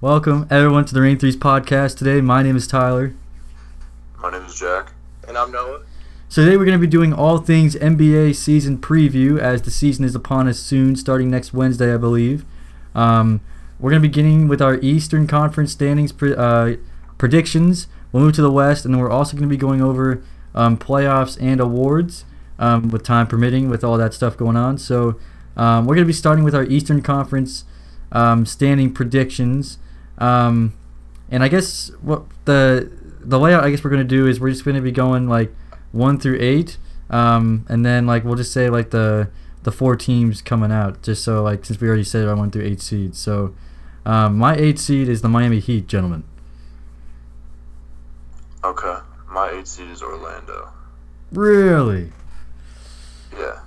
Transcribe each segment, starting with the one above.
Welcome everyone to the Rain Threes podcast. Today, my name is Tyler. My name is Jack. And I'm Noah. So today we're going to be doing all things NBA season preview as the season is upon us soon, starting next Wednesday, I believe. Um, we're going to be beginning with our Eastern Conference standings pre- uh, predictions. We'll move to the West, and then we're also going to be going over um, playoffs and awards um, with time permitting, with all that stuff going on. So um, we're going to be starting with our Eastern Conference um, standing predictions. Um, and I guess what the the layout I guess we're gonna do is we're just gonna be going like one through eight, um, and then like we'll just say like the the four teams coming out, just so like since we already said I went through eight seeds. So um, my eight seed is the Miami Heat, gentlemen. Okay. My eight seed is Orlando. Really? Yeah.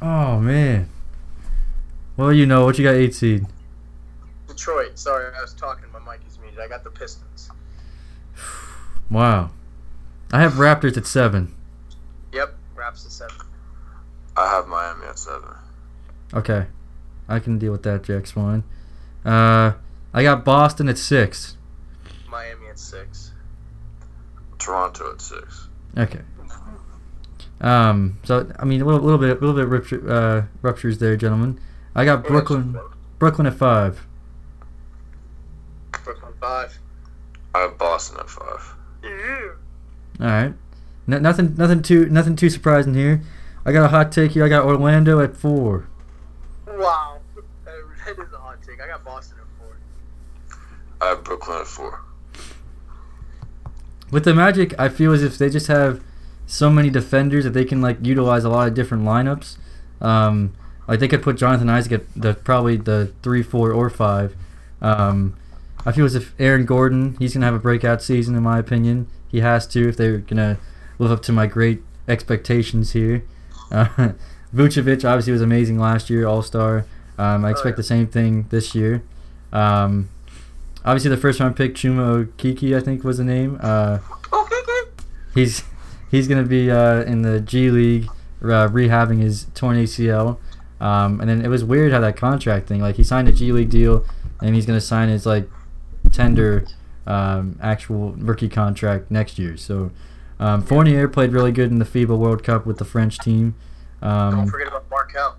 Oh man. Well, you know what you got eight seed. Detroit. Sorry, I was talking. My mic is muted. I got the Pistons. Wow. I have Raptors at seven. Yep. Raps the seven. I have Miami at seven. Okay, I can deal with that, Jack Swan. Uh, I got Boston at six. Miami at six. Toronto at six. Okay. Um. So I mean, a little, little bit, a little bit rupture, uh, ruptures there, gentlemen. I got Brooklyn, Brooklyn at five. Brooklyn five. I have Boston at five. All right. No, nothing, nothing too, nothing too surprising here. I got a hot take here. I got Orlando at four. Wow. That is a hot take. I got Boston at four. I have Brooklyn at four. With the Magic, I feel as if they just have so many defenders that they can like utilize a lot of different lineups. Um, like they could put Jonathan Isaac at the probably the three, four, or five. Um, I feel as if Aaron Gordon, he's gonna have a breakout season in my opinion. He has to if they're gonna live up to my great expectations here. Uh, Vucevic obviously was amazing last year, All Star. Um, I expect the same thing this year. Um, obviously, the first round pick Chuma Okiki, I think was the name. Uh, he's he's gonna be uh, in the G League uh, rehabbing his torn ACL. Um, and then it was weird how that contract thing, like he signed a G League deal, and he's gonna sign his like tender um, actual rookie contract next year. So um, Fournier played really good in the FIBA World Cup with the French team. Don't Um, forget about Markel.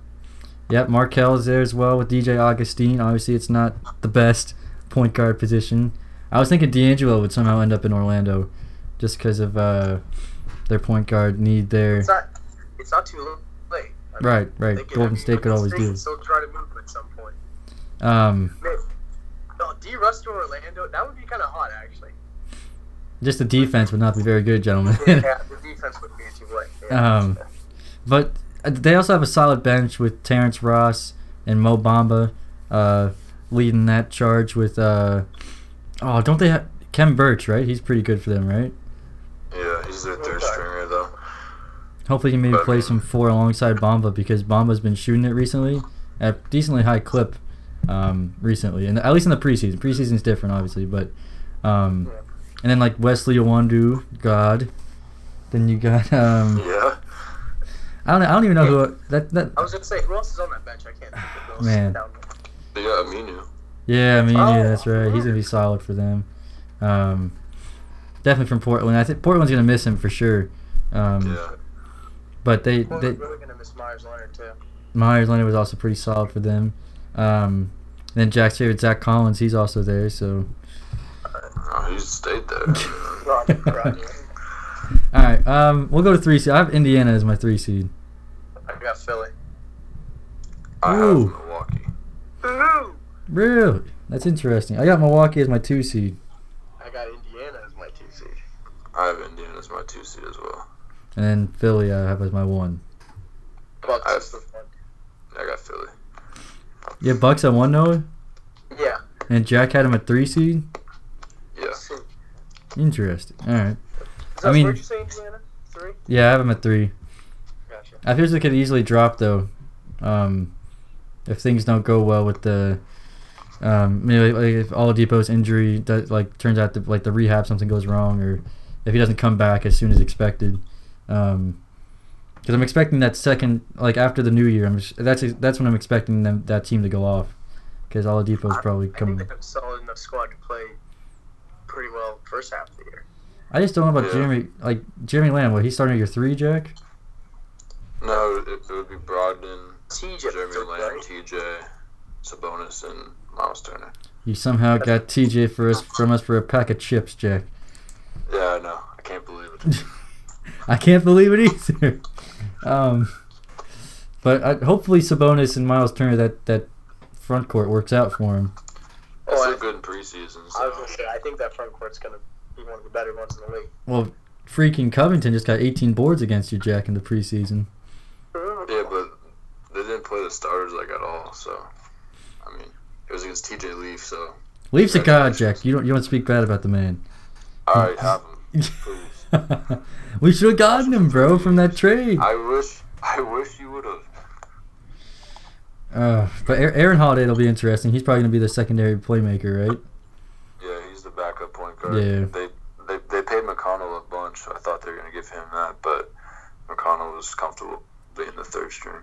yep, Markel is there as well with DJ Augustine. Obviously, it's not the best point guard position. I was thinking D'Angelo would somehow end up in Orlando, just because of uh, their point guard need there. It's not. It's not too late. I mean, Right, right. they could- I Golden mean, State could Golden always State do. could Still try to move him at some point. Um, Maybe. No, D. Russ to Orlando. That would be kind of hot, actually. just the defense would not be very good, gentlemen. yeah, the defense would be too late. Yeah. Um, But uh, they also have a solid bench with Terrence Ross and Mo Bamba uh, leading that charge with. Uh, oh, don't they have Ken Birch? Right, he's pretty good for them, right? Yeah, he's their third stringer though. Hopefully, he maybe But- plays some four alongside Bamba because Bamba's been shooting it recently at a decently high clip um, recently, and at least in the preseason. Preseason's different, obviously, but um, and then like Wesley Owandu, God. Then you got um, Yeah. I don't I don't even know who that that I was gonna say, who else is on that bench? I can't think of those. Man. down there. Yeah, Aminu. Yeah, I mean, yeah, Oh, that's right. He's gonna be solid for them. Um, definitely from Portland. I think Portland's gonna miss him for sure. Um, Yeah. But they, Well, they we're really gonna miss Myers Leonard too. Myers Leonard was also pretty solid for them. Um, then Jack's favorite Zach Collins, he's also there. So Oh, he stayed there. Roger, Roger. all right, um, we'll go to three seed. I have Indiana as my three seed. I got Philly. I have Ooh. Milwaukee. Ooh. Really, that's interesting. I got Milwaukee as my two seed, I got Indiana as my two seed. I have Indiana as my two seed as well. and then Philly I have as my one. Bucks I- is the fun. I got Philly. Yeah, Bucks at one Noah, Yeah. and Jack had him at three seed. Yeah. So, is Interesting. All right. that mean- what you say, Indiana? Three? Yeah, I have him at three. Gotcha. I feel as they Uh, could easily drop though, um, if things don't go well with the, um, you know, like if Oladipo's injury does, like turns out to, like the rehab something goes wrong, or if he doesn't come back as soon as expected, because I'm expecting that second like after the new year, I'm just, that's that's when I'm expecting them that team to go off, because Oladipo's probably I think coming. they have solid enough enough squad to play pretty well first half of the year. I just don't know about Yeah. Jeremy. Like Jeremy Lamb, what he's starting at your three, Jack? No, it, it would be Brogdon, TJ, Jeremy third, Lamb, right? TJ, Sabonis, and Miles Turner. You somehow got TJ for us from us for a pack of chips, Jack. Yeah, I know. I can't believe it. I can't believe it either. Um, but I, hopefully Sabonis and Miles Turner that that front court works out for him. It's Oh, so good in preseason. I, I was gonna So. say, I think that front court's gonna be one of the better ones in the league. Well, freaking Covington just got 18 boards against you, Jack, in the preseason. Yeah, but they didn't play the starters like at all. So, I mean, it was against TJ Leaf. So, Leaf's a god, Jack. You don't you don't speak bad about the man. all right, have him. Please. we should have gotten him, bro, from that trade. I wish. I wish you would have. Uh, but Aa- Aaron Holiday will be interesting. He's probably gonna be the secondary playmaker, right? Yeah, he's the backup point guard. Yeah. They, they they paid McConnell a bunch. I thought they were gonna give him that, but McConnell was comfortable being the third string.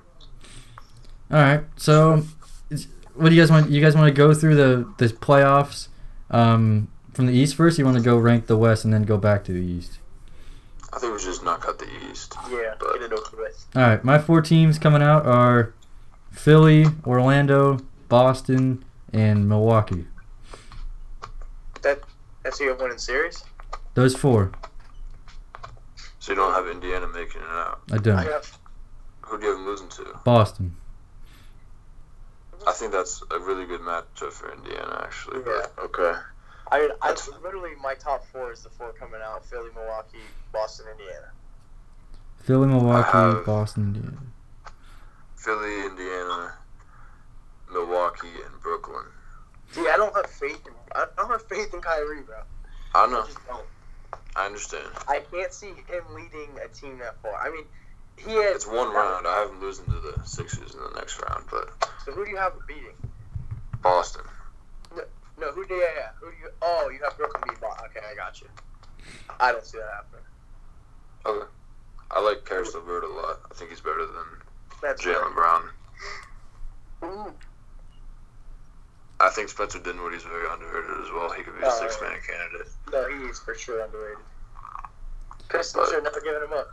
All right. So, is- what do you guys want? You guys want to go through the the playoffs um, from the East first? Or you want to go rank the West and then go back to the East? I think we should just knock out the East. Yeah, But- get it over with. All right. My four teams coming out are Philly, Orlando, Boston, and Milwaukee. That's who you have winning series. Those four. So you don't have Indiana making it out. I don't. I have Who do you have them losing to? Boston. I think that's a really good matchup for Indiana, actually. Yeah. But, okay. I, I That's- literally my top four is the four coming out: Philly, Milwaukee, Boston, Indiana. Philly, Milwaukee, have- Boston. Indiana. Philly, Indiana, Milwaukee, and Brooklyn. See, I don't have faith in I don't have faith in Kyrie, bro. I I know. just don't. I understand. I can't see him leading a team that far. I mean, he has It's one round. I have them losing to the Sixers in the next round, but So who do you have beating? Boston. No, who do you have? Who do you? Oh, you have Brooklyn beating Boston. Okay, I got you. I don't see that happening. Okay. I like Karis LeVert a lot. I think he's better than That's Jalen Brown. Ooh, I think Spencer Dinwiddie's very underrated as well. He could be a Oh, six man candidate. no, he is for sure underrated. Pistons should have never given him up.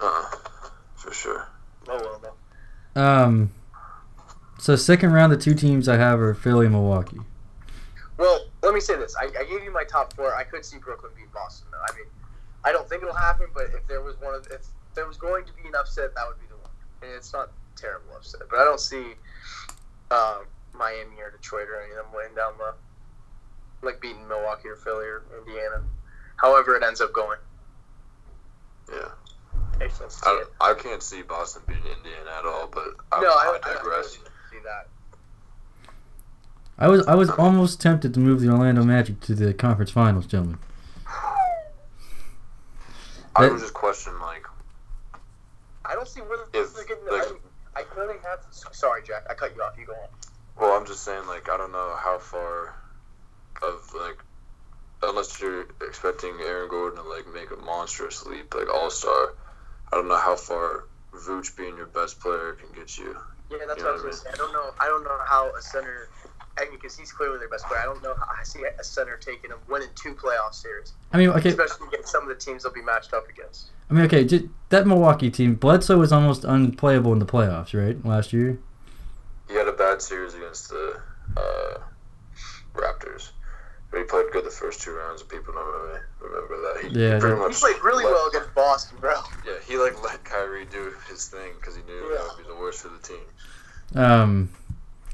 Uh uh Uh-uh. For sure. Oh well, no. Um. So second round, the two teams I have are Philly, and Milwaukee. Well, let me say this. I, I gave you my top four. I could see Brooklyn beat Boston. Though. I mean, I don't think it'll happen, but if there was one of if there was going to be an upset, that would be the one. And it's not a terrible upset, but I don't see um, Miami or Detroit or any of them winning down the like beating Milwaukee or Philly or Indiana. However, it ends up going. Yeah. Makes sense to I, me. don't- I can't see Boston beating Indiana at all, but I, no, I, I, I, I don't digress. see that. I was I was almost tempted to move the Orlando Magic to the conference finals, gentlemen. I That- would just question, like, I don't see where the if, this is getting. like, I, I clearly have. Sorry, Jack. I cut you off. You go on. Well, I'm just saying, like, I don't know how far of, like, unless you're expecting Aaron Gordon to, like, make a monstrous leap, like, all star, I don't know how far Vooch being your best player can get you. Yeah, that's You what I know what I was gonna say. I don't know. I don't know how a center, I mean, because he's clearly their best player. I don't know how I see a center taking him winning two playoff series, I mean, okay, especially against some of the teams they'll be matched up against. I mean, okay, ju- that Milwaukee team, Bledsoe was almost unplayable in the playoffs, right? Last year. He had a bad series against the uh, Raptors, but he played good the first two rounds, and people don't really remember that. He, Yeah, he pretty that- much He played really let- well against Boston, bro. Yeah, he, like, let Kyrie do his thing because he knew Yeah. that would be the worst for the team. Um,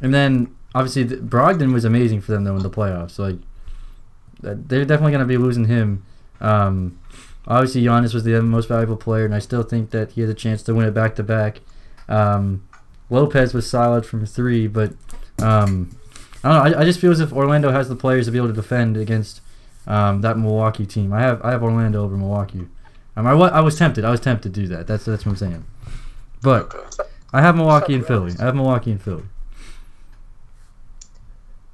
and then obviously th- Brogdon was amazing for them though in the playoffs. Like, that- they're definitely gonna be losing him. Um, obviously Giannis was the most valuable player, and I still think that he has a chance to win it back to back. Um, Lopez was solid from three, but um, I don't know. I, I just feel as if Orlando has the players to be able to defend against um, that Milwaukee team. I have I have Orlando over Milwaukee. Um, I, wa- I was tempted. I was tempted to do that. That's that's what I'm saying. But Okay. I have Milwaukee and Philly. I have Milwaukee and Philly.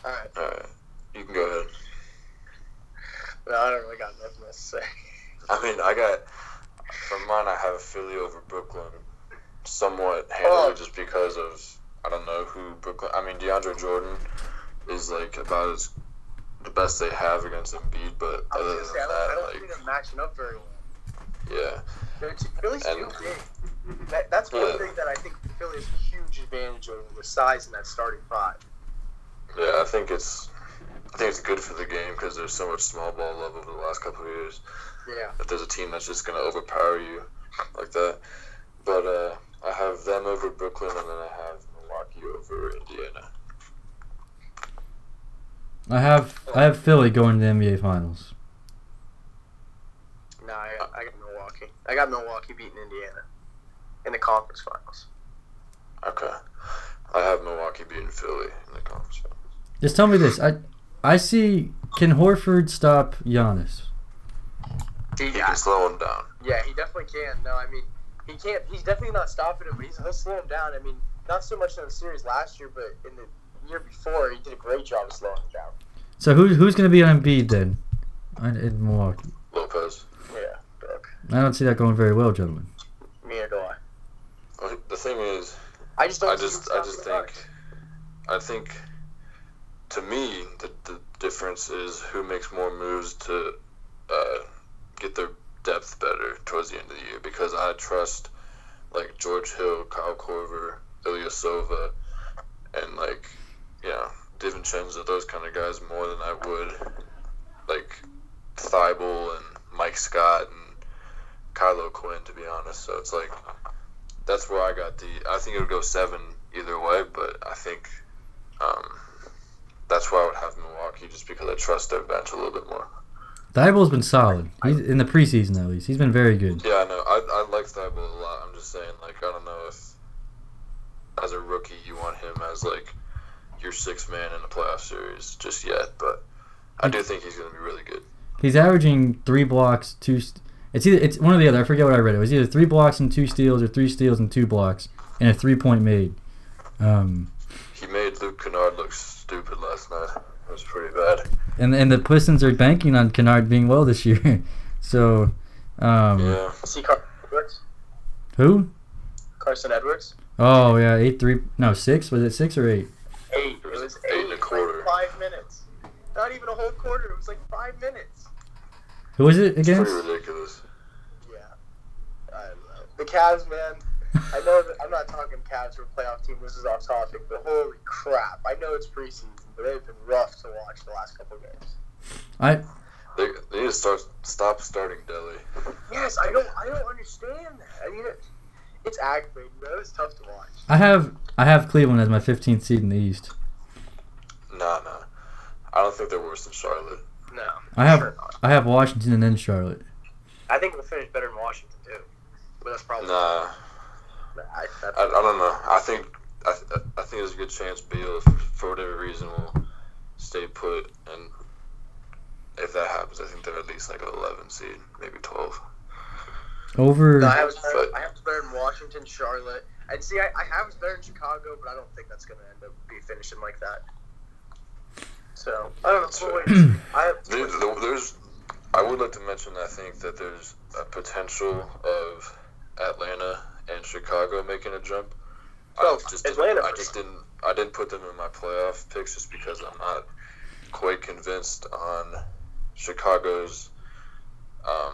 All right, All right. You can go ahead. no, I don't really got nothing to say. I mean, I got for mine. I have Philly over Brooklyn, somewhat Oh. handily, just because of I don't know who Brooklyn. I mean, DeAndre Jordan is like about as the best they have against Embiid, but I was other gonna than say, I don't, I that, don't think they're like, matching up very well. yeah, They're too, Philly's too And- big. That, that's one Yeah. thing that I think Philly has a huge advantage over the size in that starting five. yeah, I think it's, I think it's good for the game because there's so much small ball love over the last couple of years. Yeah. if there's a team that's just gonna overpower you like that. But uh, I have them over Brooklyn, and then I have Milwaukee over Indiana. I have I have Philly going to the NBA Finals. No, I, I got Milwaukee. I got Milwaukee beating Indiana in the conference finals. Okay, I have Milwaukee beating Philly in the conference. finals. Just tell me this. I I see. Can Horford stop Giannis? He can slow them down. Yeah, he definitely can. No, I mean, he can't. He's definitely not stopping him, but he's, he'll slow him down. I mean, not so much in the series last year, but in the year before, he did a great job of slowing him down. So who's who's going to be on Embiid then? I- In Milwaukee, Lopez. Yeah, Brooke. I don't see that going very well, gentlemen. Neither do I. Uh, The thing is, I just don't. I see him just, I just stopping think, the Bucks. I think, to me, the, the difference is who makes more moves to uh, get their depth better towards the end of the year. Because I trust like George Hill, Kyle Corver, Ilya Sova, and like you know DiVincenzo, those kind of guys more than I would like Thibault and Mike Scott and Kylo Quinn. To be honest, so it's like that's where I got the. I think it would go seven either way, but I think um, that's why I would have Milwaukee just because I trust their bench a little bit more. Thibault's been solid. He's in the preseason at least. He's been very good. Yeah, I know. I, I like Thibault a lot. I'm just saying, like, I don't know if as a rookie you want him as like your sixth man in a playoff series just yet, but I do think he's going to be really good. He's averaging three blocks, two. St- it's either it's one or the other. I forget what I read. It was either three blocks and two steals, or three steals and two blocks, and a three point made. Um, He made Luke Kennard look stupid last night. It was pretty bad. and and the Pistons are banking on Kennard being well this year. so, um, Yeah. See Car- Edwards, who? Carson Edwards. Oh yeah, eight three. No six. Was it six or eight? Eight. It was eight, Eight and a quarter. Like five minutes. Not even a whole quarter. It was like five minutes. Who was it It's against? pretty ridiculous. Yeah. I don't know. The Cavs, man. I know that I'm not talking Cavs or playoff team. This is off topic, but holy crap! I know it's preseason, but they've been rough to watch the last couple games. I They, they need to start, stop starting Delhi. Yes, I don't. I don't understand that. I mean, it, it's aggravating, but it's tough to watch. I have I have Cleveland as my 15th seed in the East. Nah, nah. I don't think they're worse than Charlotte. No, I have- sure I have Washington and then Charlotte. I think we'll finish better than Washington too, but that's probably. Nah, I, I, I don't know. I think I, I think there's a good chance Beal, if- for whatever reason, will stay put. And if that happens, I think they're at least like an 11 seed, maybe 12. Over I have us better, But- I have us better in Washington, Charlotte, and see, I, I have us better in Chicago, but I don't think that's going to end up be finishing like that. So I don't know. That's We'll right. wait and see. I There, there- there's, I would like to mention. I think that there's a potential of Atlanta and Chicago making a jump. Oh, I just Atlanta Didn't, I for just didn't. I didn't put them in my playoff picks just because I'm not quite convinced on Chicago's, um,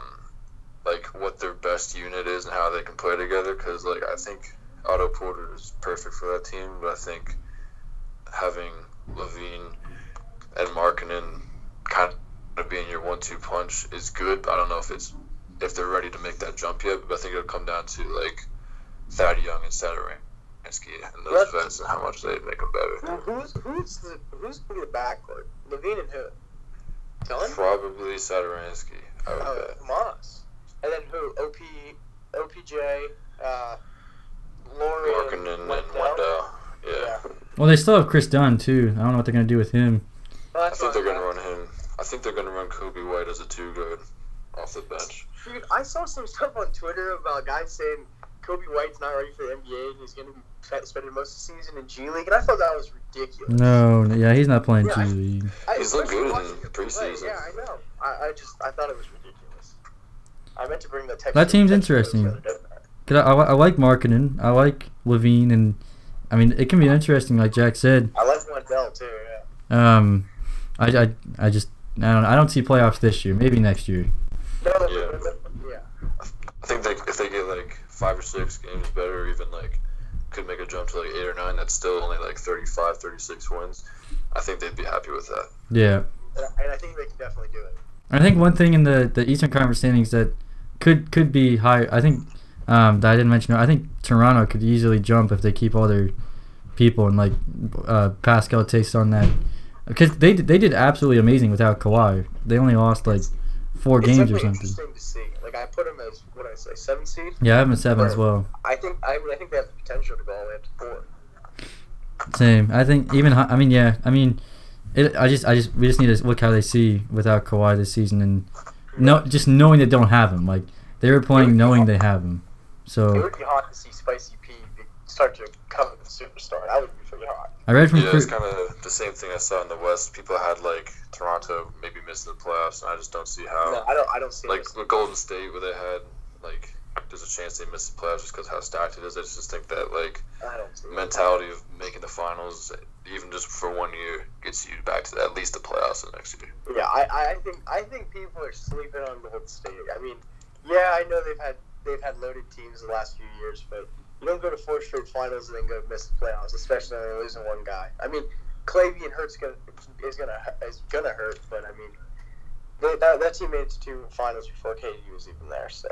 like what their best unit is and how they can play together. Because like I think Otto Porter is perfect for that team, but I think having Levine and Markkinen kind of being your one-two punch is good. But I don't know if it's if they're ready to make that jump yet. But I think it'll come down to like Thad Young and Sadaransky and those Let's- vets and how much they make them better. who's who's the who's in the backcourt? Levine and who? Dylan. Probably Sadaransky. I would Oh, bet. Moss. And then who? OP, OPJ, uh, Oh, Laurie, Markkinen and Wendell. Yeah. well, they still have Chris Dunn too. I don't know what they're gonna do with him. Well, I that's think what they're gonna was run him. I think they're gonna run Kobe White as a two guard off the bench. asking. Dude, I saw some stuff on Twitter about guys saying Kobe White's not ready for the NBA and he's going to be fe- spending most of the season in G League, and I thought that was ridiculous. No, no, yeah, he's not playing Yeah, G I- League. I, He's looked good in watching him play, preseason. Yeah, I know. I, I just I thought it was ridiculous. I meant to bring the text. That team's text to interesting. the other day. 'Cause I, I, li- I like Markkinen. I like Levine, and I mean it can be interesting, like Jack said. I like Wendell too. Yeah. Um, I, I, I just I don't, I don't see playoffs this year. Maybe next year. No, Yeah. yeah. I think they, if they get like five or six games better, or even like could make a jump to like eight or nine, that's still only like 35, 36 wins. I think they'd be happy with that. Yeah. And I- And I think they can definitely do it. I think one thing in the, the Eastern Conference standings that could could be high. I think um, that I didn't mention. I think Toronto could easily jump if they keep all their people and like uh, Pascal takes on that because they did- they did absolutely amazing without Kawhi. They only lost like four It's games or definitely something. interesting to see. Like I put them as what did I say, seven seed. Yeah, I have them at seven as Right. well. I think I, mean, I think they have the potential to go all the way up to four. Same. I think even hi- I mean yeah I mean, it, I just I just we just need to look how they see without Kawhi this season and no just knowing they don't have him like they were playing knowing they have him. So It would be hot to see Spicy P be- start to come as a superstar. That would be pretty hot. I read from Yeah, it's Cru- kind of the same thing I saw in the West. People had like Toronto maybe missing the playoffs, and I just don't see how. No, I don't. I don't see. Oh. like this. with Golden State, where they had like there's a chance they miss the playoffs just because how stacked it is. I just think that like I don't see. this. mentality of making the finals, even just for one year, gets you back to at least the playoffs the next year. Yeah, I, I think I think people are sleeping on Golden State. I mean, yeah, I know they've had they've had loaded teams the last few years, but you don't go to four straight finals and then go miss the playoffs, especially when you're losing one guy. I mean, Clay being hurt's gonna is gonna is gonna hurt, but I mean, they, that that team made it to two finals before KD was even there. So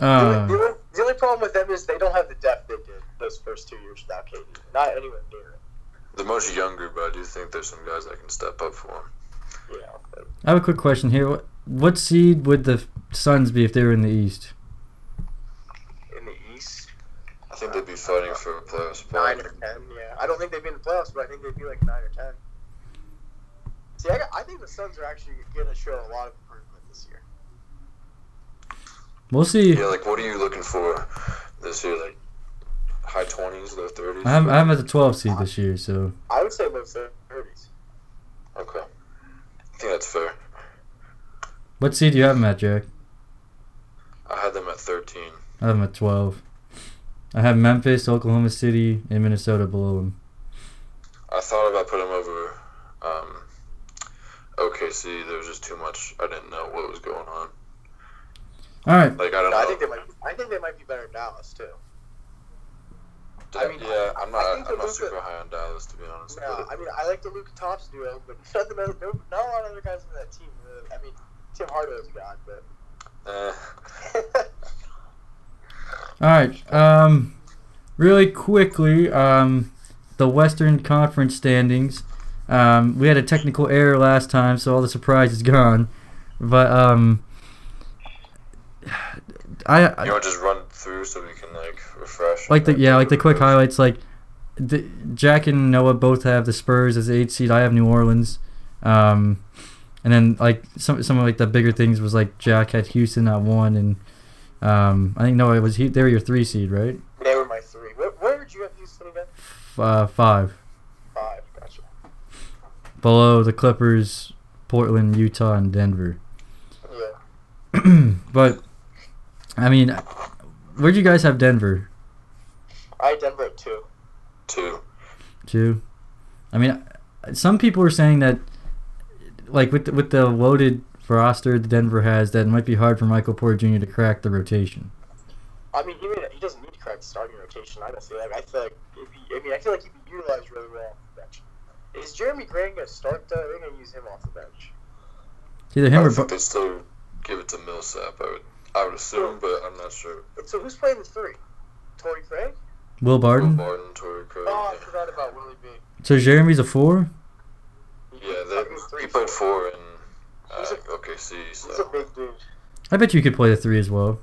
the, only, the, Uh, only, the only problem with them is they don't have the depth they did those first two years without KD. Not anywhere near it. They're much younger, but I do think there's some guys that can step up for them. You know, but I have a quick question here. What, what seed would the Suns be if they were in the East? in the East. I think they'd be fighting for a playoff spot. Nine or ten, yeah. I don't think they've been in the playoffs, but I think they'd be like nine or ten. See, I, got, I think the Suns are actually going to show a lot of improvement this year. We'll see. Yeah, like what are you looking for this year? Like high twenties, low thirties. I have, I have them at the 12 seed this year, so I would say low thirties. Okay, I think that's fair. what seed do you have them at, Jack? I had them at thirteen. I have them at 12. I have Memphis, Oklahoma City, and Minnesota below them. I thought about putting him over um, OKC. There was just too much. I didn't know what was going on. All right, Like I don't know. I think they might. I think they might be better than Dallas too. I mean, yeah, I'm I not. think I'm the not Luka- super high on Dallas to be honest. No, I but mean I like the Luka Thompson duo, but nothing. Not a lot of other guys on that team. Really. I mean, Tim Hardaway's gone, but eh, all right. Um, really quickly, um, the Western Conference standings. Um, we had a technical error last time, so all the surprise is gone. But um, I, I you want to just run through so we can like refresh. like the and, yeah, like the quick refresh? highlights. Like the, Jack and Noah both have the Spurs as the eight seed. I have New Orleans, um, and then like some some of like the bigger things was like Jack had Houston at one, and um, I think Noah was he they were your three seed right? they were my three. Where, where did you have Houston again? F- uh, five Five. Gotcha. below the Clippers, Portland, Utah, and Denver. Yeah. but I mean, where'd you guys have Denver I had Denver at two. Two. to? I mean, some people are saying that like with the, with the loaded roster that Denver has, that it might be hard for Michael Porter Jr. to crack the rotation. I mean, he, made, he doesn't need to correct the starting rotation. I don't feel like I feel like if he, I mean, I feel like he'd be utilized really well off the bench. Is Jeremy Grant gonna start though? They're gonna use him off the bench. It's either I him or would think Bo- they still give it to Millsap. I would. I would assume, but I'm not sure. And so who's playing the three? Torrey Craig? Will Barton. Barton, Torrey Craig. Oh, I yeah. forgot about Willie B. So Jeremy's a four. Yeah, He was they, three, he played four in uh, He's a- OKC, He's a so big dude. I bet you could play the three as well.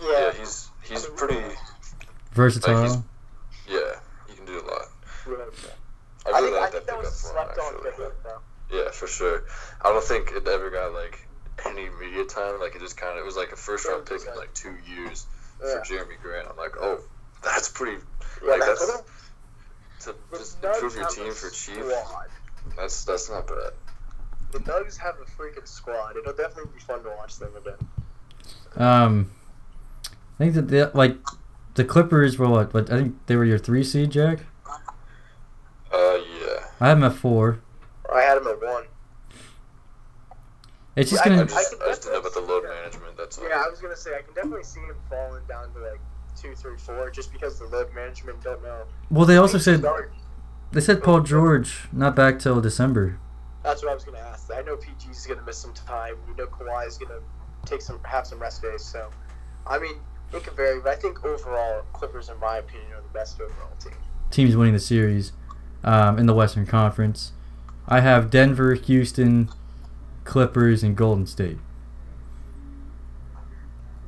Yeah. yeah, he's he's pretty. Versatile. Yeah, he can do a lot. really good. I I really think, I like that think that pickup was for him slept on actually. pickup though. Yeah, for sure. I don't think it ever got like any media time. Like it just kind of it was like a first round pick in like two years Yeah. for Jeremy Grant. I'm like, oh, that's pretty. Yeah, Like that's, that's to the just Nuggets improve your have a team for cheap. Squad. That's that's not bad. The Nuggets have a freaking squad. It'll definitely be fun to watch them again. Um, I think that the like the Clippers were what? What I think they were your three seed, Jack. Uh, yeah. I have them at four. I had him at one. It's just I- I gonna. just, I just didn't know about the load Yeah. management. That's all. Yeah, I was gonna say I can definitely see him falling down to like two, three, four, just because the load management don't know. Well, they also said Sorry. they said Paul George not back till December. That's what I was gonna ask. I know PG's gonna miss some time. We know Kawhi's gonna take some have some rest days. So, I mean, it could vary, but I think overall, Clippers, in my opinion, are the best overall team. Teams winning the series um, in the Western Conference. I have Denver, Houston, Clippers, and Golden State.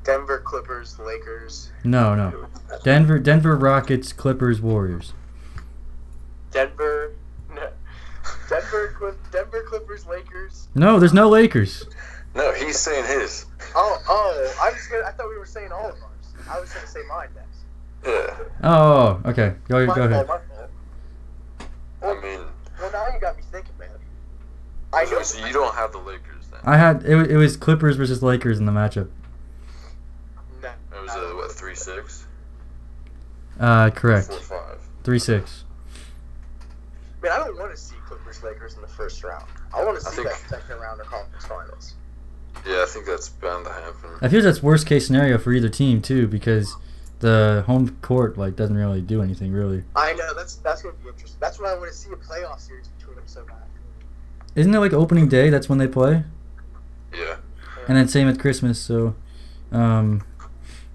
Denver, Clippers, Lakers, No, no. Denver, Denver Rockets, Clippers, Warriors. Denver, no. Denver, Clip, Denver, Clippers, Lakers. No, there's no Lakers. No, he's saying his. Oh, oh, I was gonna, I thought we were saying all of ours. I was gonna say mine next. Yeah. Oh, okay. Go, My go fault, ahead. my fault. I mean, Well, now you got me thinking, man. I know. so, so you don't have the Lakers then. I had it, wa- it was Clippers versus Lakers in the matchup. No. It was uh, what three six, Uh, four correct. five. Three six. Man, I don't want to see Clippers Lakers in the first round. I want to I see think- that second round of conference finals. Yeah, I think that's bound to happen. I feel that's worst case scenario for either team too, because the home court like doesn't really do anything really. I know that's that's gonna be interesting. That's what I want to see a playoff series between them so bad. Isn't it like opening day? That's when they play, Yeah. and then same at Christmas. So, um,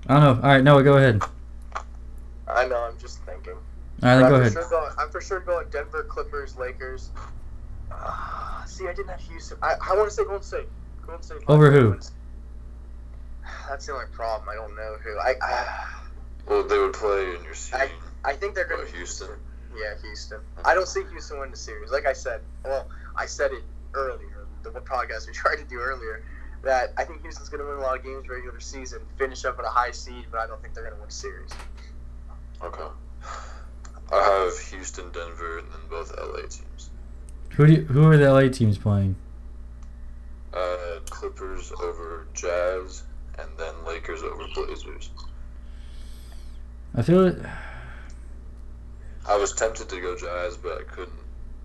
I don't know. All right, Noah, go ahead. All I know. I'm just thinking. right, then But go I'm, ahead. for sure going, I'm for sure going Denver Clippers Lakers. Uh, see, I didn't have Houston. I, I want to say Golden State. Golden State. Over who? That's the only problem. I don't know who. I I, Well, they would play in your seed. I think they're gonna What, Houston? Yeah, Houston. I don't see Houston win the series. Like I said, well, I said it earlier, the one podcast we tried to do earlier, that I think Houston's going to win a lot of games regular season, finish up at a high seed, but I don't think they're going to win the series. Okay. I have Houston, Denver, and then both LA teams. Who do you, who are the LA teams playing? Uh, Clippers over Jazz, and then Lakers over Blazers. I feel it. I was tempted to go Jazz, but I couldn't.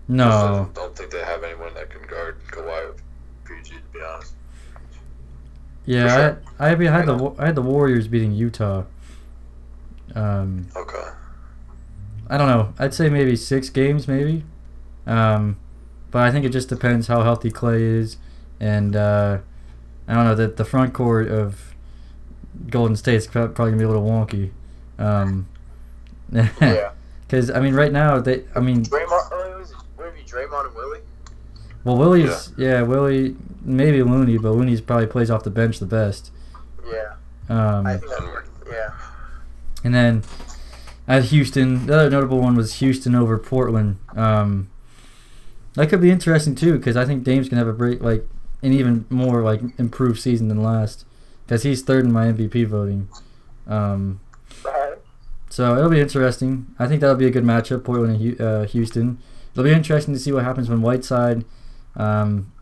No, I don't think they have anyone that can guard Kawhi or PG, to be honest. yeah, I, I had- I had the Wa- I had the Warriors beating Utah. Um, Okay. I don't know. I'd say maybe six games, maybe. Um, but I think it just depends how healthy Clay is, and uh, I don't know that the front court of Golden State's pro- probably gonna be a little wonky. Um, Yeah. Because I mean, right now they, I mean, Draymond, oh, was it, what would it be Draymond and Willie? well, Willie's, yeah, Willie, maybe Looney, but Looney's probably plays off the bench the best. Yeah. Um, I think that's, yeah. And then at Houston, the other notable one was Houston over Portland. Um, that could be interesting too, because I think Dame's gonna have a break, like an even more like improved season than last, because he's third in my MVP voting. Um, Alright. so it'll be interesting. I think that'll be a good matchup, Portland and Hu- uh, Houston. It'll be interesting to see what happens when Whiteside, um,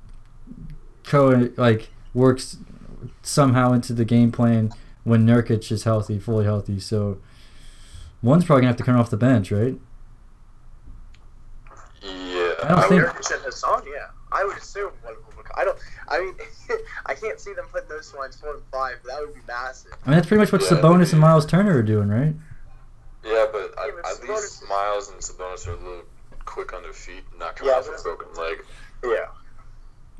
co like works somehow into the game plan when Nurkic is healthy, fully healthy. So one's probably gonna have to come off the bench, right? Yeah. I don't I think- would mention Hassan, yeah. I would assume one of them would. I don't. I mean, I can't see them putting those lines four and five. But that would be massive. I mean, that's pretty much what Yeah, Sabonis they- and Miles Turner are doing, right? Yeah, but I, Yeah, but at least Sabonis- Miles and Sabonis are a little quick on their feet, not coming Yeah, off but- a broken leg. Yeah.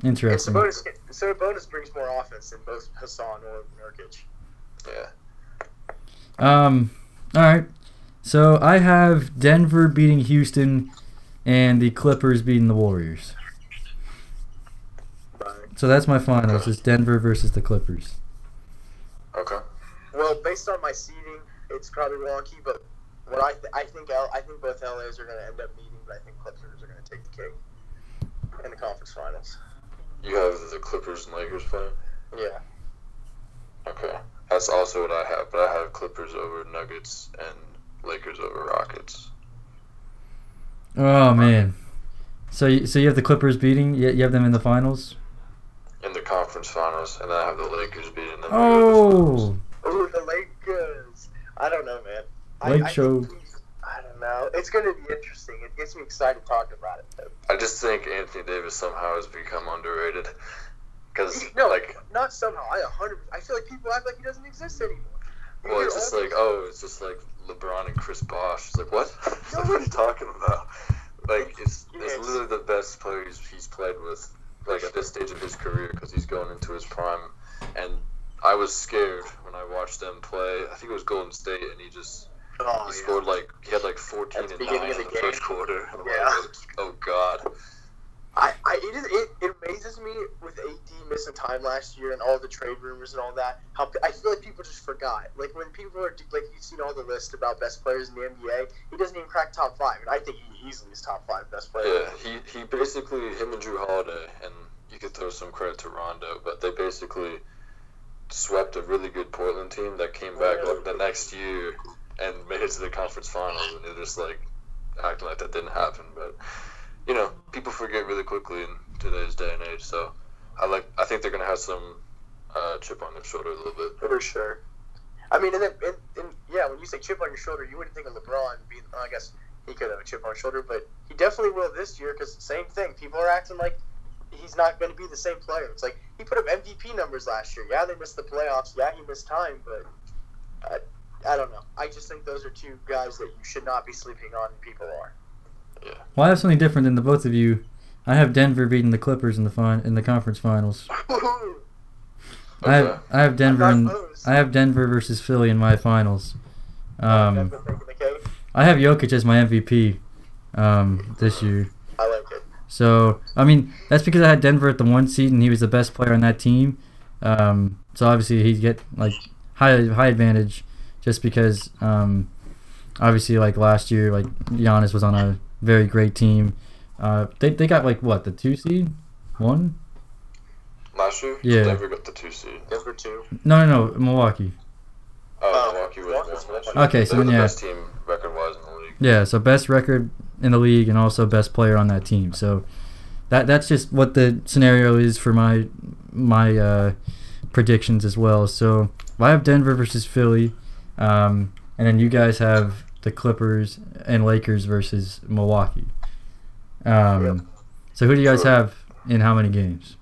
And Interesting. Sabonis, Sabonis brings more offense than both Hassan or Nurkic. Yeah. Um, all right. So I have Denver beating Houston, and the Clippers beating the Warriors. So that's my finals. It's Denver versus the Clippers. Okay. Well, based on my seeding, it's probably wonky, but what I th- I think L- I think both LAs are going to end up meeting, but I think Clippers are going to take the cake in the conference finals. You have the Clippers and Lakers playing? Yeah. Okay. That's also what I have, but I have Clippers over Nuggets and Lakers over Rockets. Oh man. So you, so you have the Clippers beating. You, you have them in the finals. in the conference finals, and I have the Lakers beating them. Oh. Ooh, the Lakers. I don't know, man. I, Lake I show. Think, I don't know. know. It's going to be interesting. It gets me excited talking about it. Though. I just think Anthony Davis somehow has become underrated. Because, No, like, not somehow. I 100. I feel like people act like he doesn't exist anymore. You well, hear it's just all like, these- oh, it's just like LeBron and Chris Bosh. It's like, what? It's like, what are you talking about? Like, it's, Yes. it's literally the best players he's played with, like, at this stage of his career, because he's going into his prime. And I was scared when I watched them play. I think it was Golden State, and he just Oh, he yeah. scored like he had like 14 At the and beginning 9 of in the the game. first quarter. And I'm like, Yeah. oh god. I, I it, is, it, it amazes me with AD missing time last year and all the trade rumors and all that. How p- I feel like people just forgot. Like when people are do- like you've seen all the list about best players in the NBA, he doesn't even crack top five, and I think he easily is top five best player. Yeah, he he basically him and Drew Holiday, and you could throw some credit to Rondo, but they basically swept a really good Portland team that came back like the next year and made it to the conference finals, and they're just like acting like that didn't happen. But you know, people forget really quickly in today's day and age. So I like I think they're gonna have some uh, chip on their shoulder a little bit. for sure. I mean, and then and, and yeah, when you say chip on your shoulder, you wouldn't think of LeBron being. oh, I guess he could have a chip on his shoulder, but he definitely will this year because same thing. People are acting like he's not going to be the same player. It's like he put up MVP numbers last year. Yeah, they missed the playoffs. Yeah, he missed time, but I, I don't know. I just think those are two guys that you should not be sleeping on. and People are. Well, I have something different than the both of you. I have Denver beating the Clippers in the fin- in the conference finals. I Okay. have I have Denver not in, opposed. I have Denver versus Philly in my finals. Um, Denver making the cake. I have Jokic as my MVP um, this year. I like it. So I mean, that's because I had Denver at the one seed, and he was the best player on that team. Um, so obviously he'd get like high high advantage, just because um, obviously like last year, like Giannis was on a very great team. Uh, they they got like what the two seed, one? Last year, Yeah. Denver got the two seed. Denver two. No no no Milwaukee. Oh, Oh, Milwaukee was Milwaukee's one. one. Okay, so They were then, the yeah. best team record wise in the league. Yeah, so best record in the league and also best player on that team. So that that's just what the scenario is for my my uh, predictions as well. So I have Denver versus Philly, um, and then you guys have the Clippers and Lakers versus Milwaukee. Um, Yep. So who do you guys Sure. have in how many games?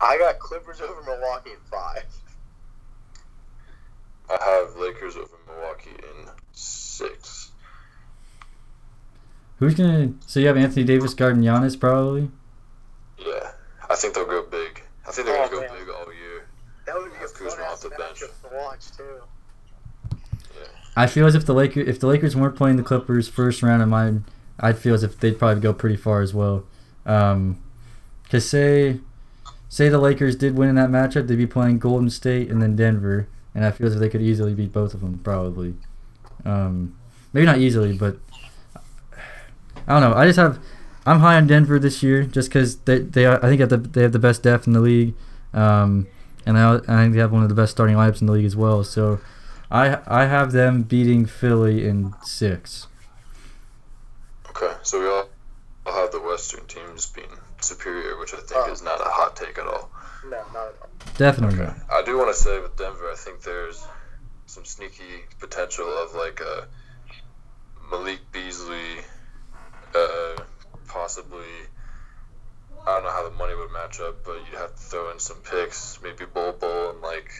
I got Clippers over Milwaukee in five. I have Lakers over Milwaukee in six. Who's gonna? So you have Anthony Davis guarding Giannis probably. Yeah, I think they'll go big. I think they're Oh, gonna go man. big all year. That would be a Have fun Kuzma off ass the bench. matchup to watch too. I feel as if the Lakers, if the Lakers weren't playing the Clippers first round of mine, I'd feel as if they'd probably go pretty far as well. Um 'cause say, say the Lakers did win in that matchup, they'd be playing Golden State and then Denver, and I feel as if they could easily beat both of them probably. Um, maybe not easily, but I don't know. I just have, I'm high on Denver this year just 'cause they they are, I think have the, they have the best depth in the league, um, and I, I think they have one of the best starting lineups in the league as well. So. I I have them beating Philly in six. Okay, so we all, all have the Western teams being superior, which I think Oh. is not a hot take at all. No, not at all. Definitely. not. I do want to say with Denver, I think there's some sneaky potential of like a Malik Beasley, uh, possibly. I don't know how the money would match up, but you'd have to throw in some picks, maybe Bol Bol and like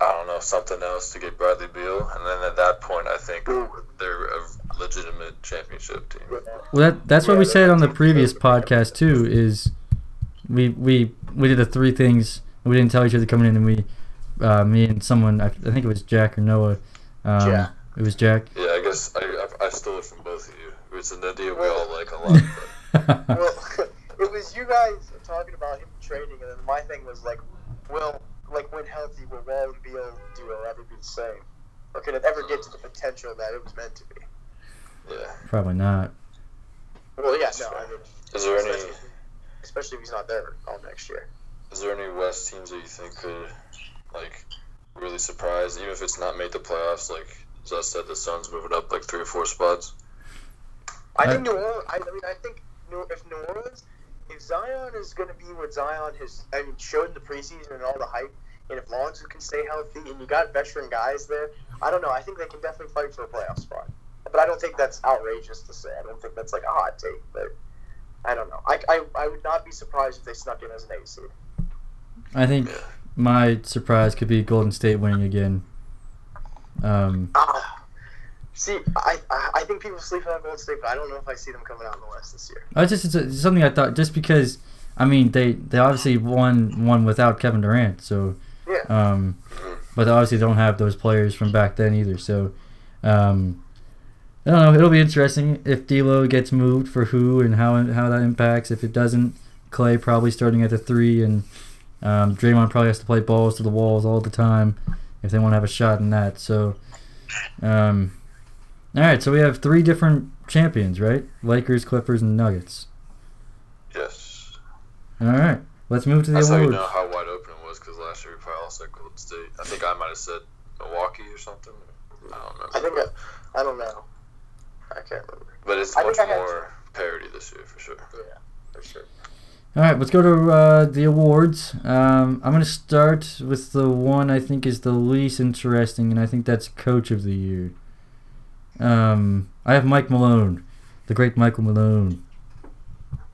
I don't know something else to get Bradley Beal, and then at that point, I think they're a legitimate championship team. Well, that that's what we said on the previous podcast too. Is we we we did the three things we didn't tell each other coming in, and we uh, me and someone I, I think it was Jack or Noah. Um, Jack. It was Jack. Yeah, I guess I, I, I stole it from both of you. It's an idea we all like a lot. But well, it was you guys talking about him trading, and then my thing was like, will like when healthy, will Wall and Beal duo ever be the same, or can it ever get to the potential that it was meant to be? yeah, Probably not. Well, yeah, no, I mean, is there any? especially, especially if he's not there all next year. Is there any West teams that you think could like really surprise, even if it's not made the playoffs? Like as I said, the Suns moving up like three or four spots. I I- think New Orleans. I, I mean, I think New, if New Orleans, if Zion is going to be what Zion has, I mean, showed in the preseason and all the hype, and if Lonzo can stay healthy, and you got veteran guys there, I don't know. I think they can definitely fight for a playoff spot. But I don't think that's outrageous to say. I don't think that's like a hot take, but I don't know. I, I, I would not be surprised if they snuck in as an eight seed. I think my surprise could be Golden State winning again. Um, Ah, see, I, I I think people sleep on Golden State, but I don't know if I see them coming out in the West this year. I just it's a- it's something I thought just because I mean they they obviously won one without Kevin Durant, so Yeah. um, Mm-hmm. but they obviously don't have those players from back then either. So um, I don't know. It'll be interesting if D'Lo gets moved for who and how how that impacts. If it doesn't, Clay probably starting at the three and um, Draymond probably has to play balls to the walls all the time if they want to have a shot in that. So um, all right, so we have three different champions, right? Lakers, Clippers, and Nuggets. Yes. All right, let's move to the That's how you awards. know how wide open it was because last year we probably all said Golden State. I think I might have said Milwaukee or something. I don't remember. I think I, I don't know. I can't remember but it's I much think I had- more parity this year for sure. for sure. All right, let's go to uh, the awards. Um, I'm gonna start with the one I think is the least interesting, and I think that's Coach of the Year. Um, I have Mike Malone, the great Michael Malone.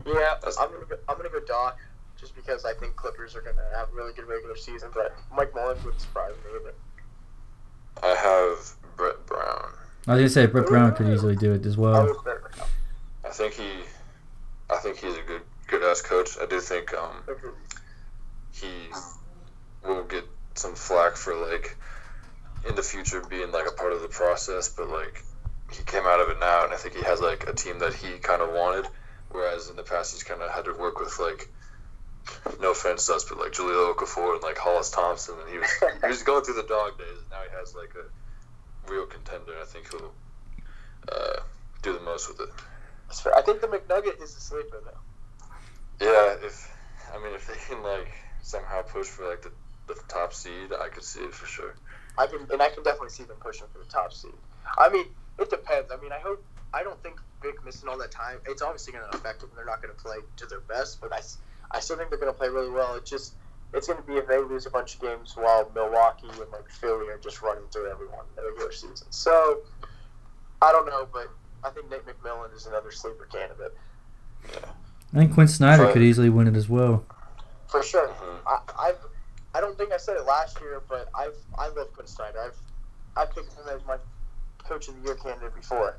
Yeah, That's- I'm gonna go, I'm gonna go Doc just because I think Clippers are gonna have a really good regular season, but Mike Mullen would surprise me. But I have Brett Brown. I was gonna say Brett Brown could easily do it as I well. would better I think he, I think he's a good good ass coach. I do think um he will get some flack for like in the future being like a part of the process, but like he came out of it now, and I think he has like a team that he kind of wanted, whereas in the past he's kind of had to work with like. No offense, to us, but like Julio Okafor and like Hollis Thompson, and he was he was going through the dog days. And now he has like a real contender. I think he'll uh, do the most with it. That's fair. I think the McNugget is a sleeper though. Yeah, if I mean if they can like somehow push for like the, the top seed, I could see it for sure. I can and I can definitely see them pushing for the top seed. I mean, it depends. I mean, I hope I don't think Vic missing all that time. It's obviously gonna affect them. They're not gonna play to their best, but I, s- I still think they're gonna play really well. It just it's gonna be if they lose a bunch of games while Milwaukee and like Philly are just running through everyone in the regular season. So I don't know, but I think Nate McMillan is another sleeper candidate I think Quinn Snyder could easily win it as well. for sure. Mhm. I, I've I don't think I said it last year, but I've I love Quinn Snyder. I've I picked him as my coach of the year candidate before.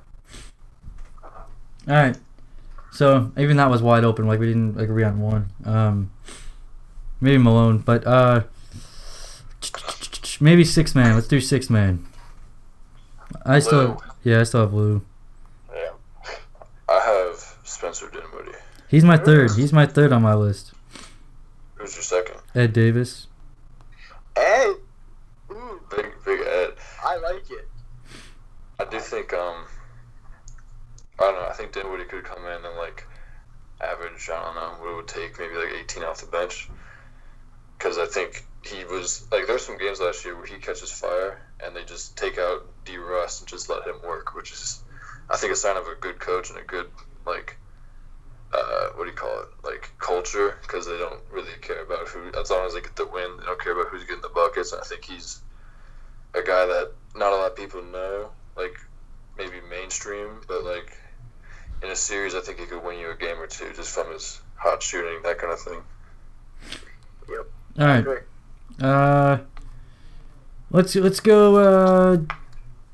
All right, so even that was wide open. Like we didn't agree on one. Um, maybe Malone, but uh, maybe six man. Let's do six man. I still, Lou. yeah, I still have Lou. Yeah. I have Spencer Dinwiddie. He's my third. He's my third on my list. Who's your second? Ed Davis. Hey, ooh, Big Big Ed. I like it. I do think um I don't know, I think Dinwiddie could come in and like average, I don't know, what it would take, maybe like 18 off the bench. Because I think he was like there's some games last year where he catches fire and they just take out D Russ and just let him work, which is I think a sign of a good coach and a good like uh, what do you call it? Like culture, because they don't really care about who. As long as they get the win, they don't care about who's getting the buckets. And I think he's a guy that not a lot of people know, like maybe mainstream, but like in a series, I think he could win you a game or two just from his hot shooting, that kind of thing. All right. Great. Uh, let's let's go. Uh,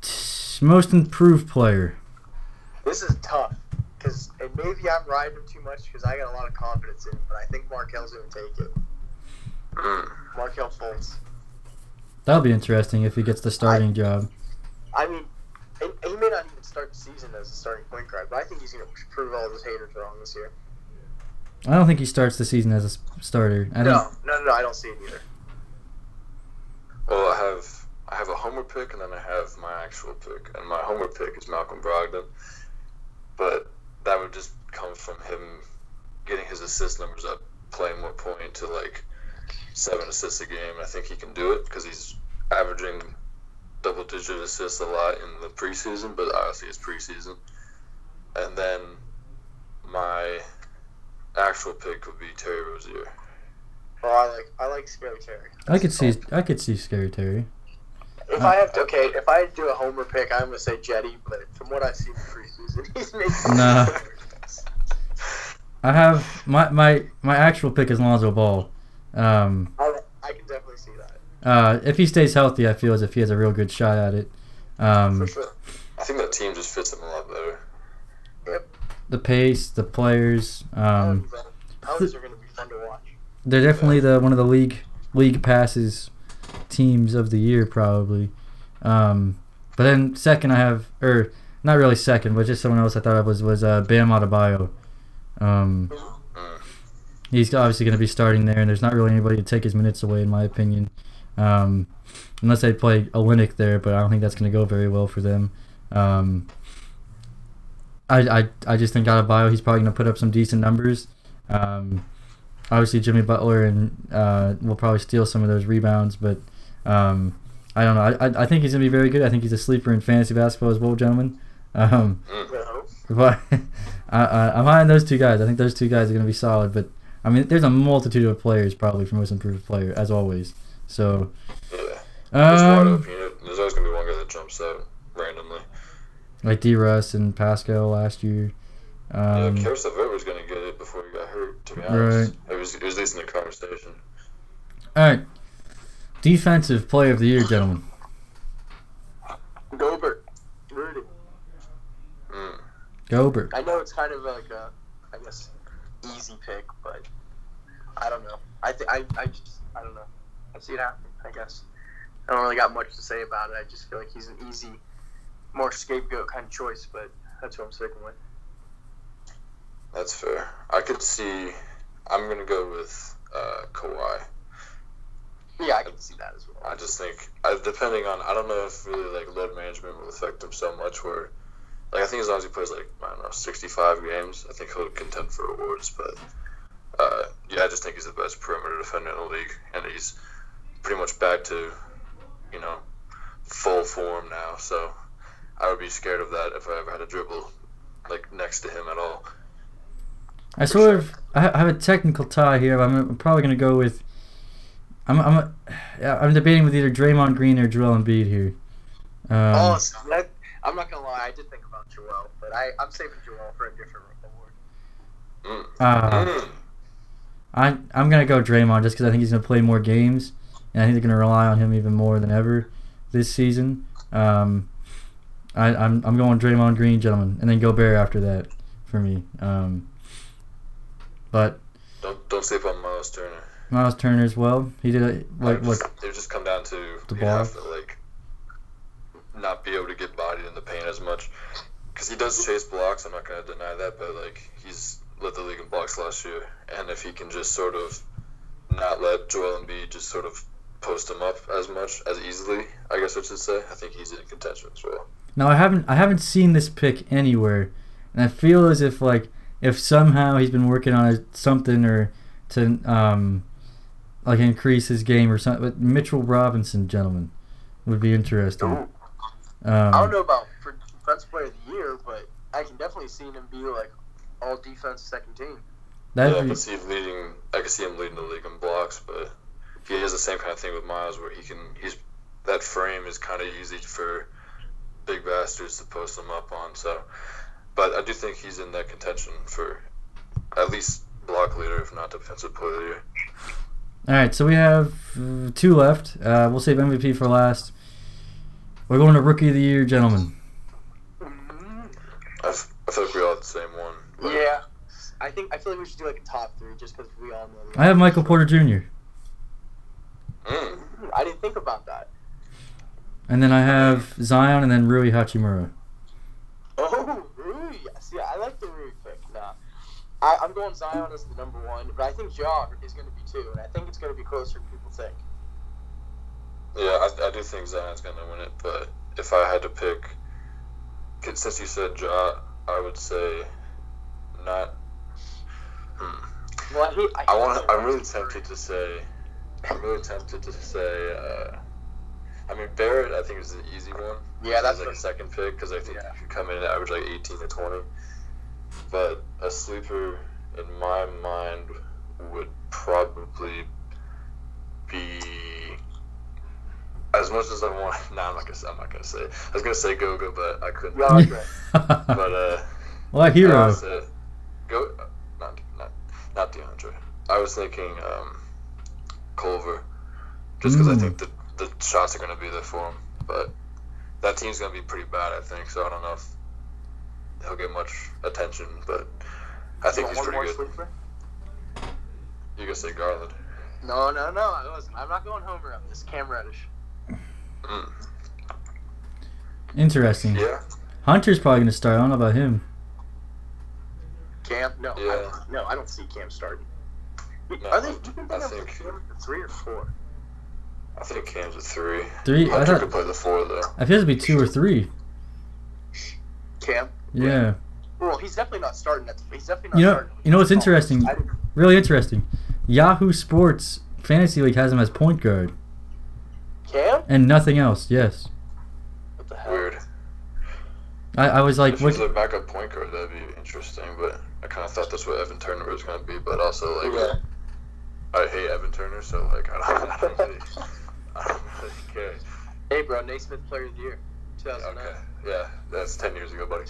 t- most improved player. This is tough because and maybe I'm riding him too much because I got a lot of confidence in him, but I think Markel's gonna take it. Mm. Markel Fultz. That'll be interesting if he gets the starting job. I mean, and he may not even start the season as a starting point guard, but I think he's gonna prove all of his haters wrong this year. I don't think he starts the season as a s- starter. I No, think no, no, no, I don't see it either. Well, Oh, I have I have a homer pick and then I have my actual pick, and my homer pick is Malcolm Brogdon, but that would just come from him getting his assist numbers up, playing more point to like seven assists a game. I think he can do it because he's averaging double digit assists a lot in the preseason, but obviously it's preseason. And then my actual pick would be Terry Rozier. Well, I like I like Scary Terry. I could see I could see Scary Terry. If I have to, okay, if I do a homer pick, I'm gonna say Jetty. But from what I've seen in preseason, he's making. Nah. I have my my my actual pick is Lonzo Ball. Um, I, I can definitely see that uh, if he stays healthy, I feel as if he has a real good shot at it. Um, for sure. I think that team just fits him a lot better. the pace, the players, um, Um, Powers are gonna be fun to watch. they're definitely the one of the league league passes teams of the year probably. Um, but then second, I have or not really second, but just someone else I thought of was was uh, Bam Adebayo. Um, Mm. he's obviously going to be starting there, and there's not really anybody to take his minutes away, in my opinion, um, unless they play Olenek there. But I don't think that's going to go very well for them. Um, I, I I just think out of bio, he's probably going to put up some decent numbers. Um, obviously, Jimmy Butler and uh, will probably steal some of those rebounds, but um, I don't know. I, I, I think he's going to be very good. I think he's a sleeper in fantasy basketball as well, gentlemen. Um, Mm. No. but I, I, I'm high on those two guys. I think those two guys are going to be solid. But I mean, there's a multitude of players probably for most improved player as always. So Yeah. Just wide um, open. You know, there's always gonna be one guy that jumps out randomly. like D. Russ and Pascal last year. Um, yeah, Karis LeVert was gonna get it before he got hurt. To be honest, it was it was at least in the conversation. all right, defensive player of the year, gentlemen. Gobert, Rudy. Mm. Gobert. I know it's kind of like a, I guess, easy pick, but I don't know. I th- I I just I don't know. I see it happen. I guess I don't really got much to say about it. I just feel like he's an easy, more scapegoat kind of choice, but that's what I'm sticking with. That's fair. I could see. I'm gonna go with uh, Kawhi. Yeah, I can see that as well. I just think, I, depending on, I don't know if really like load management will affect him so much. Where, like, I think as long as he plays like I don't know, 65 games, I think he'll contend for awards. But uh, yeah, I just think he's the best perimeter defender in the league, and he's pretty much back to, you know, full form now. So I would be scared of that if I ever had a dribble like next to him at all. I sort of I ha- I have a technical tie here. But I'm, I'm probably going to go with. I'm I'm a, yeah, I'm debating with either Draymond Green or Joel Embiid here. Um, oh, so that, I'm not gonna lie. I did think about Joel, but I I'm saving Joel for a different award. Mm. uh, Mm. I I'm gonna go Draymond just because I think he's gonna play more games, and I think they're gonna rely on him even more than ever this season. Um, I I'm I'm going Draymond Green, gentlemen, and then Gobert after that for me. Um, but Don't don't sleep on Miles Turner. Miles Turner as well. He did a, like It what just- It would just come down to The you ball? have to like not be able to get bodied in the paint as much because he does chase blocks. I'm not gonna deny that, but like he's led the league in blocks last year, and if he can just sort of not let Joel Embiid just sort of post him up as much as easily, I guess I should say. I think he's in contention as well. Now I haven't I haven't seen this pick anywhere, and I feel as if like if somehow he's been working on a, something or to um like increase his game or something. But Mitchell Robinson, gentlemen, would be interesting. Um, I don't know about for defense player of the year, but I can definitely see him be like all defense second team. that'd yeah, I be- can see him leading. I can see him leading the league in blocks, but he has the same kind of thing with Miles, where he can. He's that frame is kind of easy for big bastards to post him up on. So, but I do think he's in that contention for at least block leader, if not defensive player of the year. All right, so we have uh, two left. Uh, we'll save MVP for last. We're going to rookie of the year, gentlemen. Mm-hmm. I, f- I feel like we all had the same one. but- Yeah, I think I feel like we should do like a top three just because we all know. the I have Michael Porter Jr. Mm, Hmm, I didn't think about that. and then I have Zion, and then Rui Hachimura. Oh, Rui. See, I like the Rui pick. Nah, I, I'm going Zion as the number one, but I think Ja is going to be two, and I think it's going to be closer than people think. yeah, I, I do think Zion's gonna win it, but if I had to pick, 'cause since you said Ja, I would say not. Hmm. Well, I, hate- I, I want. to I'm really tempted to say. I'm really tempted to say. Uh, I mean, Barrett. I think is the easy one. Yeah, that's like what- a second pick because I think Yeah. he could come in and average like 18 to 20. But a sleeper in my mind would probably be as as much as I want. Nah, I'm not gonna. I'm not gonna say. I was gonna say Goga, but I couldn't. Yeah, okay. But uh, what a I hero. was, uh, go. Not not not DeAndre. I was thinking um, Culver, just because Mm. I think the the shots are gonna be there for him. But that team's gonna be pretty bad, I think. So I don't know if he'll get much attention, but I think Want he's one more pretty good. sleeper? You can say Garland. No, no, no. I wasn't. I'm not going Homer on this. Cam Reddish. Mm. Interesting. Yeah. Hunter's probably gonna start. I don't know about him. Cam? No. I Yeah. don't, no, I don't see Cam starting. No, Are they? Do you think I they have think- Cam at three or four? I think Cam's a three. Three. I Hunter could thought. play the four though. I feel it'd be two or three. Cam? Yeah. Well, he's definitely not starting. At, he's definitely not You know- starting. you know what's Oh, interesting? I didn't- Really interesting. Yahoo Sports Fantasy League has him as point guard Cam? and nothing else. Yes. What the hell? Weird. I, I was like, If he's what, a backup point guard, that'd be interesting. But I kind of thought that's what Evan Turner was gonna be. But also, like, Yeah. I hate Evan Turner, so like, I don't, I don't really, I don't really care. Hey, bro, Naismith Player of the Year, 2009. Okay, yeah, that's ten years ago, buddy.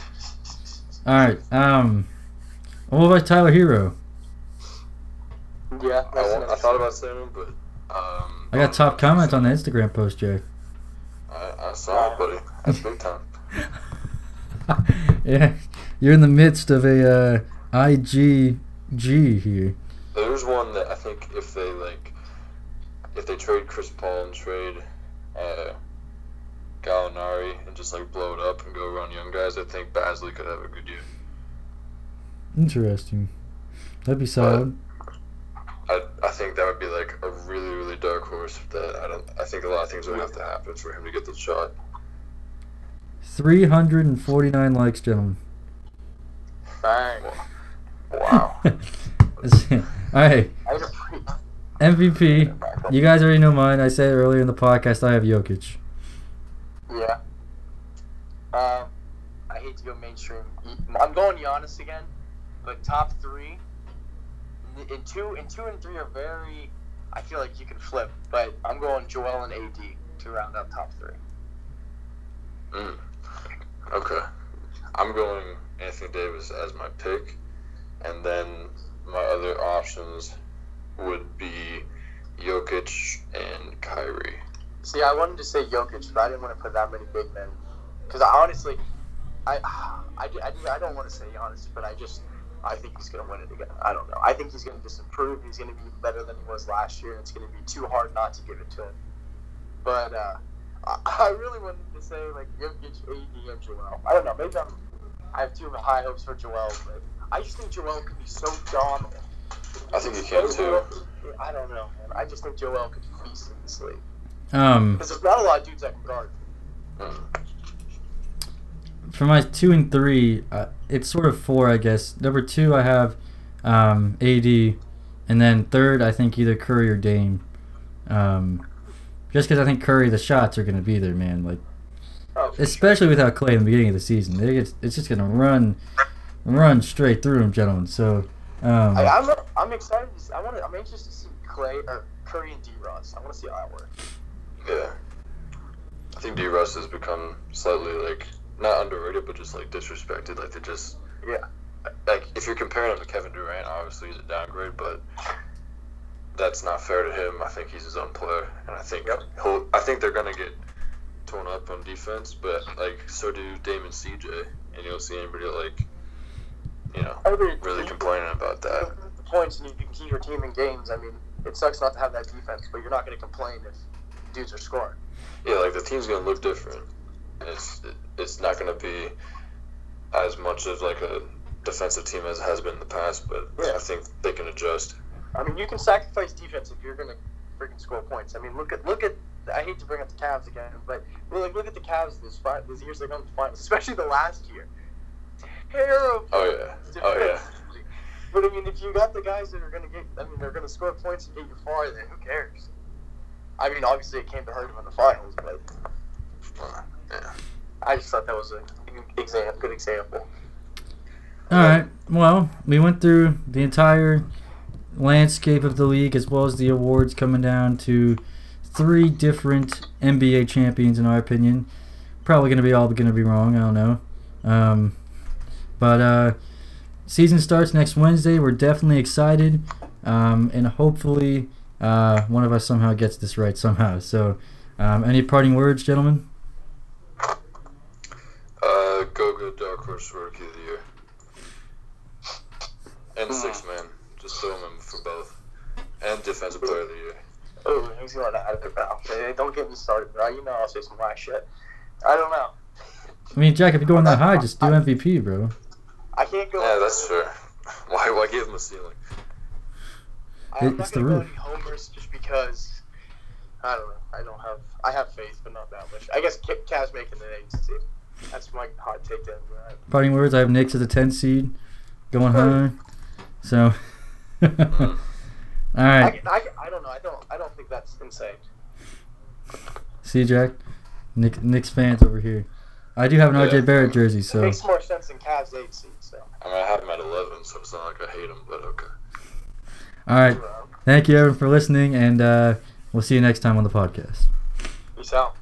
all right. Um. What about Tyler Hero? Yeah, I, that's won't, another I thought about saying him, but um, I got top comments on the Instagram post, Jay. I, I saw it, buddy. That's big time. yeah, you're in the midst of a uh, IGG here. There's one that I think if they like, if they trade Chris Paul and trade uh, Gallinari and just like blow it up and go around young guys, I think Basley could have a good year. Interesting. That'd be solid. I, I think that would be like a really really dark horse that I don't. I think a lot of things would have to happen for him to get the shot. 349 likes, gentlemen. Bang. Wow. all right, I had a freak. MVP. You guys already know mine. I said earlier in the podcast I have Jokic. Yeah. Um, I hate to go mainstream. I'm going Giannis again, but top three, in two, in two and three are very. I feel like you can flip, but I'm going Joel and AD to round out top three. mm. Okay. I'm going Anthony Davis as my pick, and then my other options would be Jokic and Kyrie. See, I wanted to say Jokic, but I didn't want to put that many big men. Because I honestly, I, I, do- I, do- I don't want to say honest, but I just, I think he's going to win it again. I don't know. I think he's going to just improve. He's going to be better than he was last year. It's going to be too hard not to give it to him. But uh, I, I really wanted to say, like, Jokic, AD, and Joel. I don't know. Maybe I'm, I have too high hopes for Joel, but I just think Joel could be so dominant. I think he can too. I don't know, man. I just think Joel could feast in this league. Um, Because there's not a lot of dudes that can guard. Mm. for my two and three, uh, it's sort of four, I guess. Number two, I have um, AD, and then third, I think either Curry or Dame. Um, just because I think Curry, the shots are gonna be there, man. Like Oh, especially without Clay in the beginning of the season, they get, it's just gonna run, run straight through him, gentlemen. So, um, I, I'm, I'm excited. To see, I want. to I'm anxious to see Clay or Curry and D. Ross. I want to see how that works. Yeah. I think D Russ has become slightly like not underrated, but just like disrespected. Like they just Yeah. like if you're comparing him to Kevin Durant, obviously he's a downgrade, but that's not fair to him. I think he's his own player, and I think he'll. I think they're gonna get torn up on defense, but like so do Damon CJ, and you don't see anybody like you know I mean, really uh, you can complaining about that. get the points and you can keep your team in games. I mean, it sucks not to have that defense, but you're not going to complain if dudes are scoring. Yeah, like the team's gonna look different. It's it's not gonna be as much of like a defensive team as it has been in the past, but Yeah. I think they can adjust. I mean, you can sacrifice defense if you're going to freaking score points. I mean, look at look at. I hate to bring up the Cavs again, but well, like look at the Cavs this fi- these years they come to the finals, especially the last year. Terrible. Oh yeah, oh yeah. But I mean, if you got the guys that are gonna get, I mean, they're gonna score points and get you far, then who cares? I mean, obviously it came to hurt him in the finals, but Uh, yeah. I just thought that was a exam, good example. All right. Well, we went through the entire landscape of the league as well as the awards coming down to three different NBA champions in our opinion. Probably gonna be all gonna be wrong. I don't know. Um, but uh, season starts next Wednesday. We're definitely excited, um, and hopefully uh, one of us somehow gets this right somehow. So, um, any parting words, gentlemen? Uh, go go dark horse rookie of the year. And six man, just throw him in for both. And defensive player of the year. Oh, who's going out of their mouth? Hey, Don't get me started, bro. You know I'll say some whack shit. I don't know. I mean, Jack, if you're going that high, just do MVP, bro. I can't go. Yeah, that's fair. Why why give him a ceiling? I'm It's not the gonna go roof. any homers just because I don't know. I don't have. I have faith, but not that much. I guess Ca- Cavs making the eight seed. That's my hot take. Then right? Parting words. I have Knicks as a 10 seed, going high. So, all I, right. can- I, can- I don't know. I don't. I don't think that's insane. See, you, Jack, Knicks, Knicks fans over here. I do have an Yeah. RJ Barrett jersey, It so makes more sense than Cavs eight seed. So. I mean I have him at eleven, so it's not like I hate him, but okay. all right. you know, Thank you, everyone, for listening, and uh, we'll see you next time on the podcast. Peace out.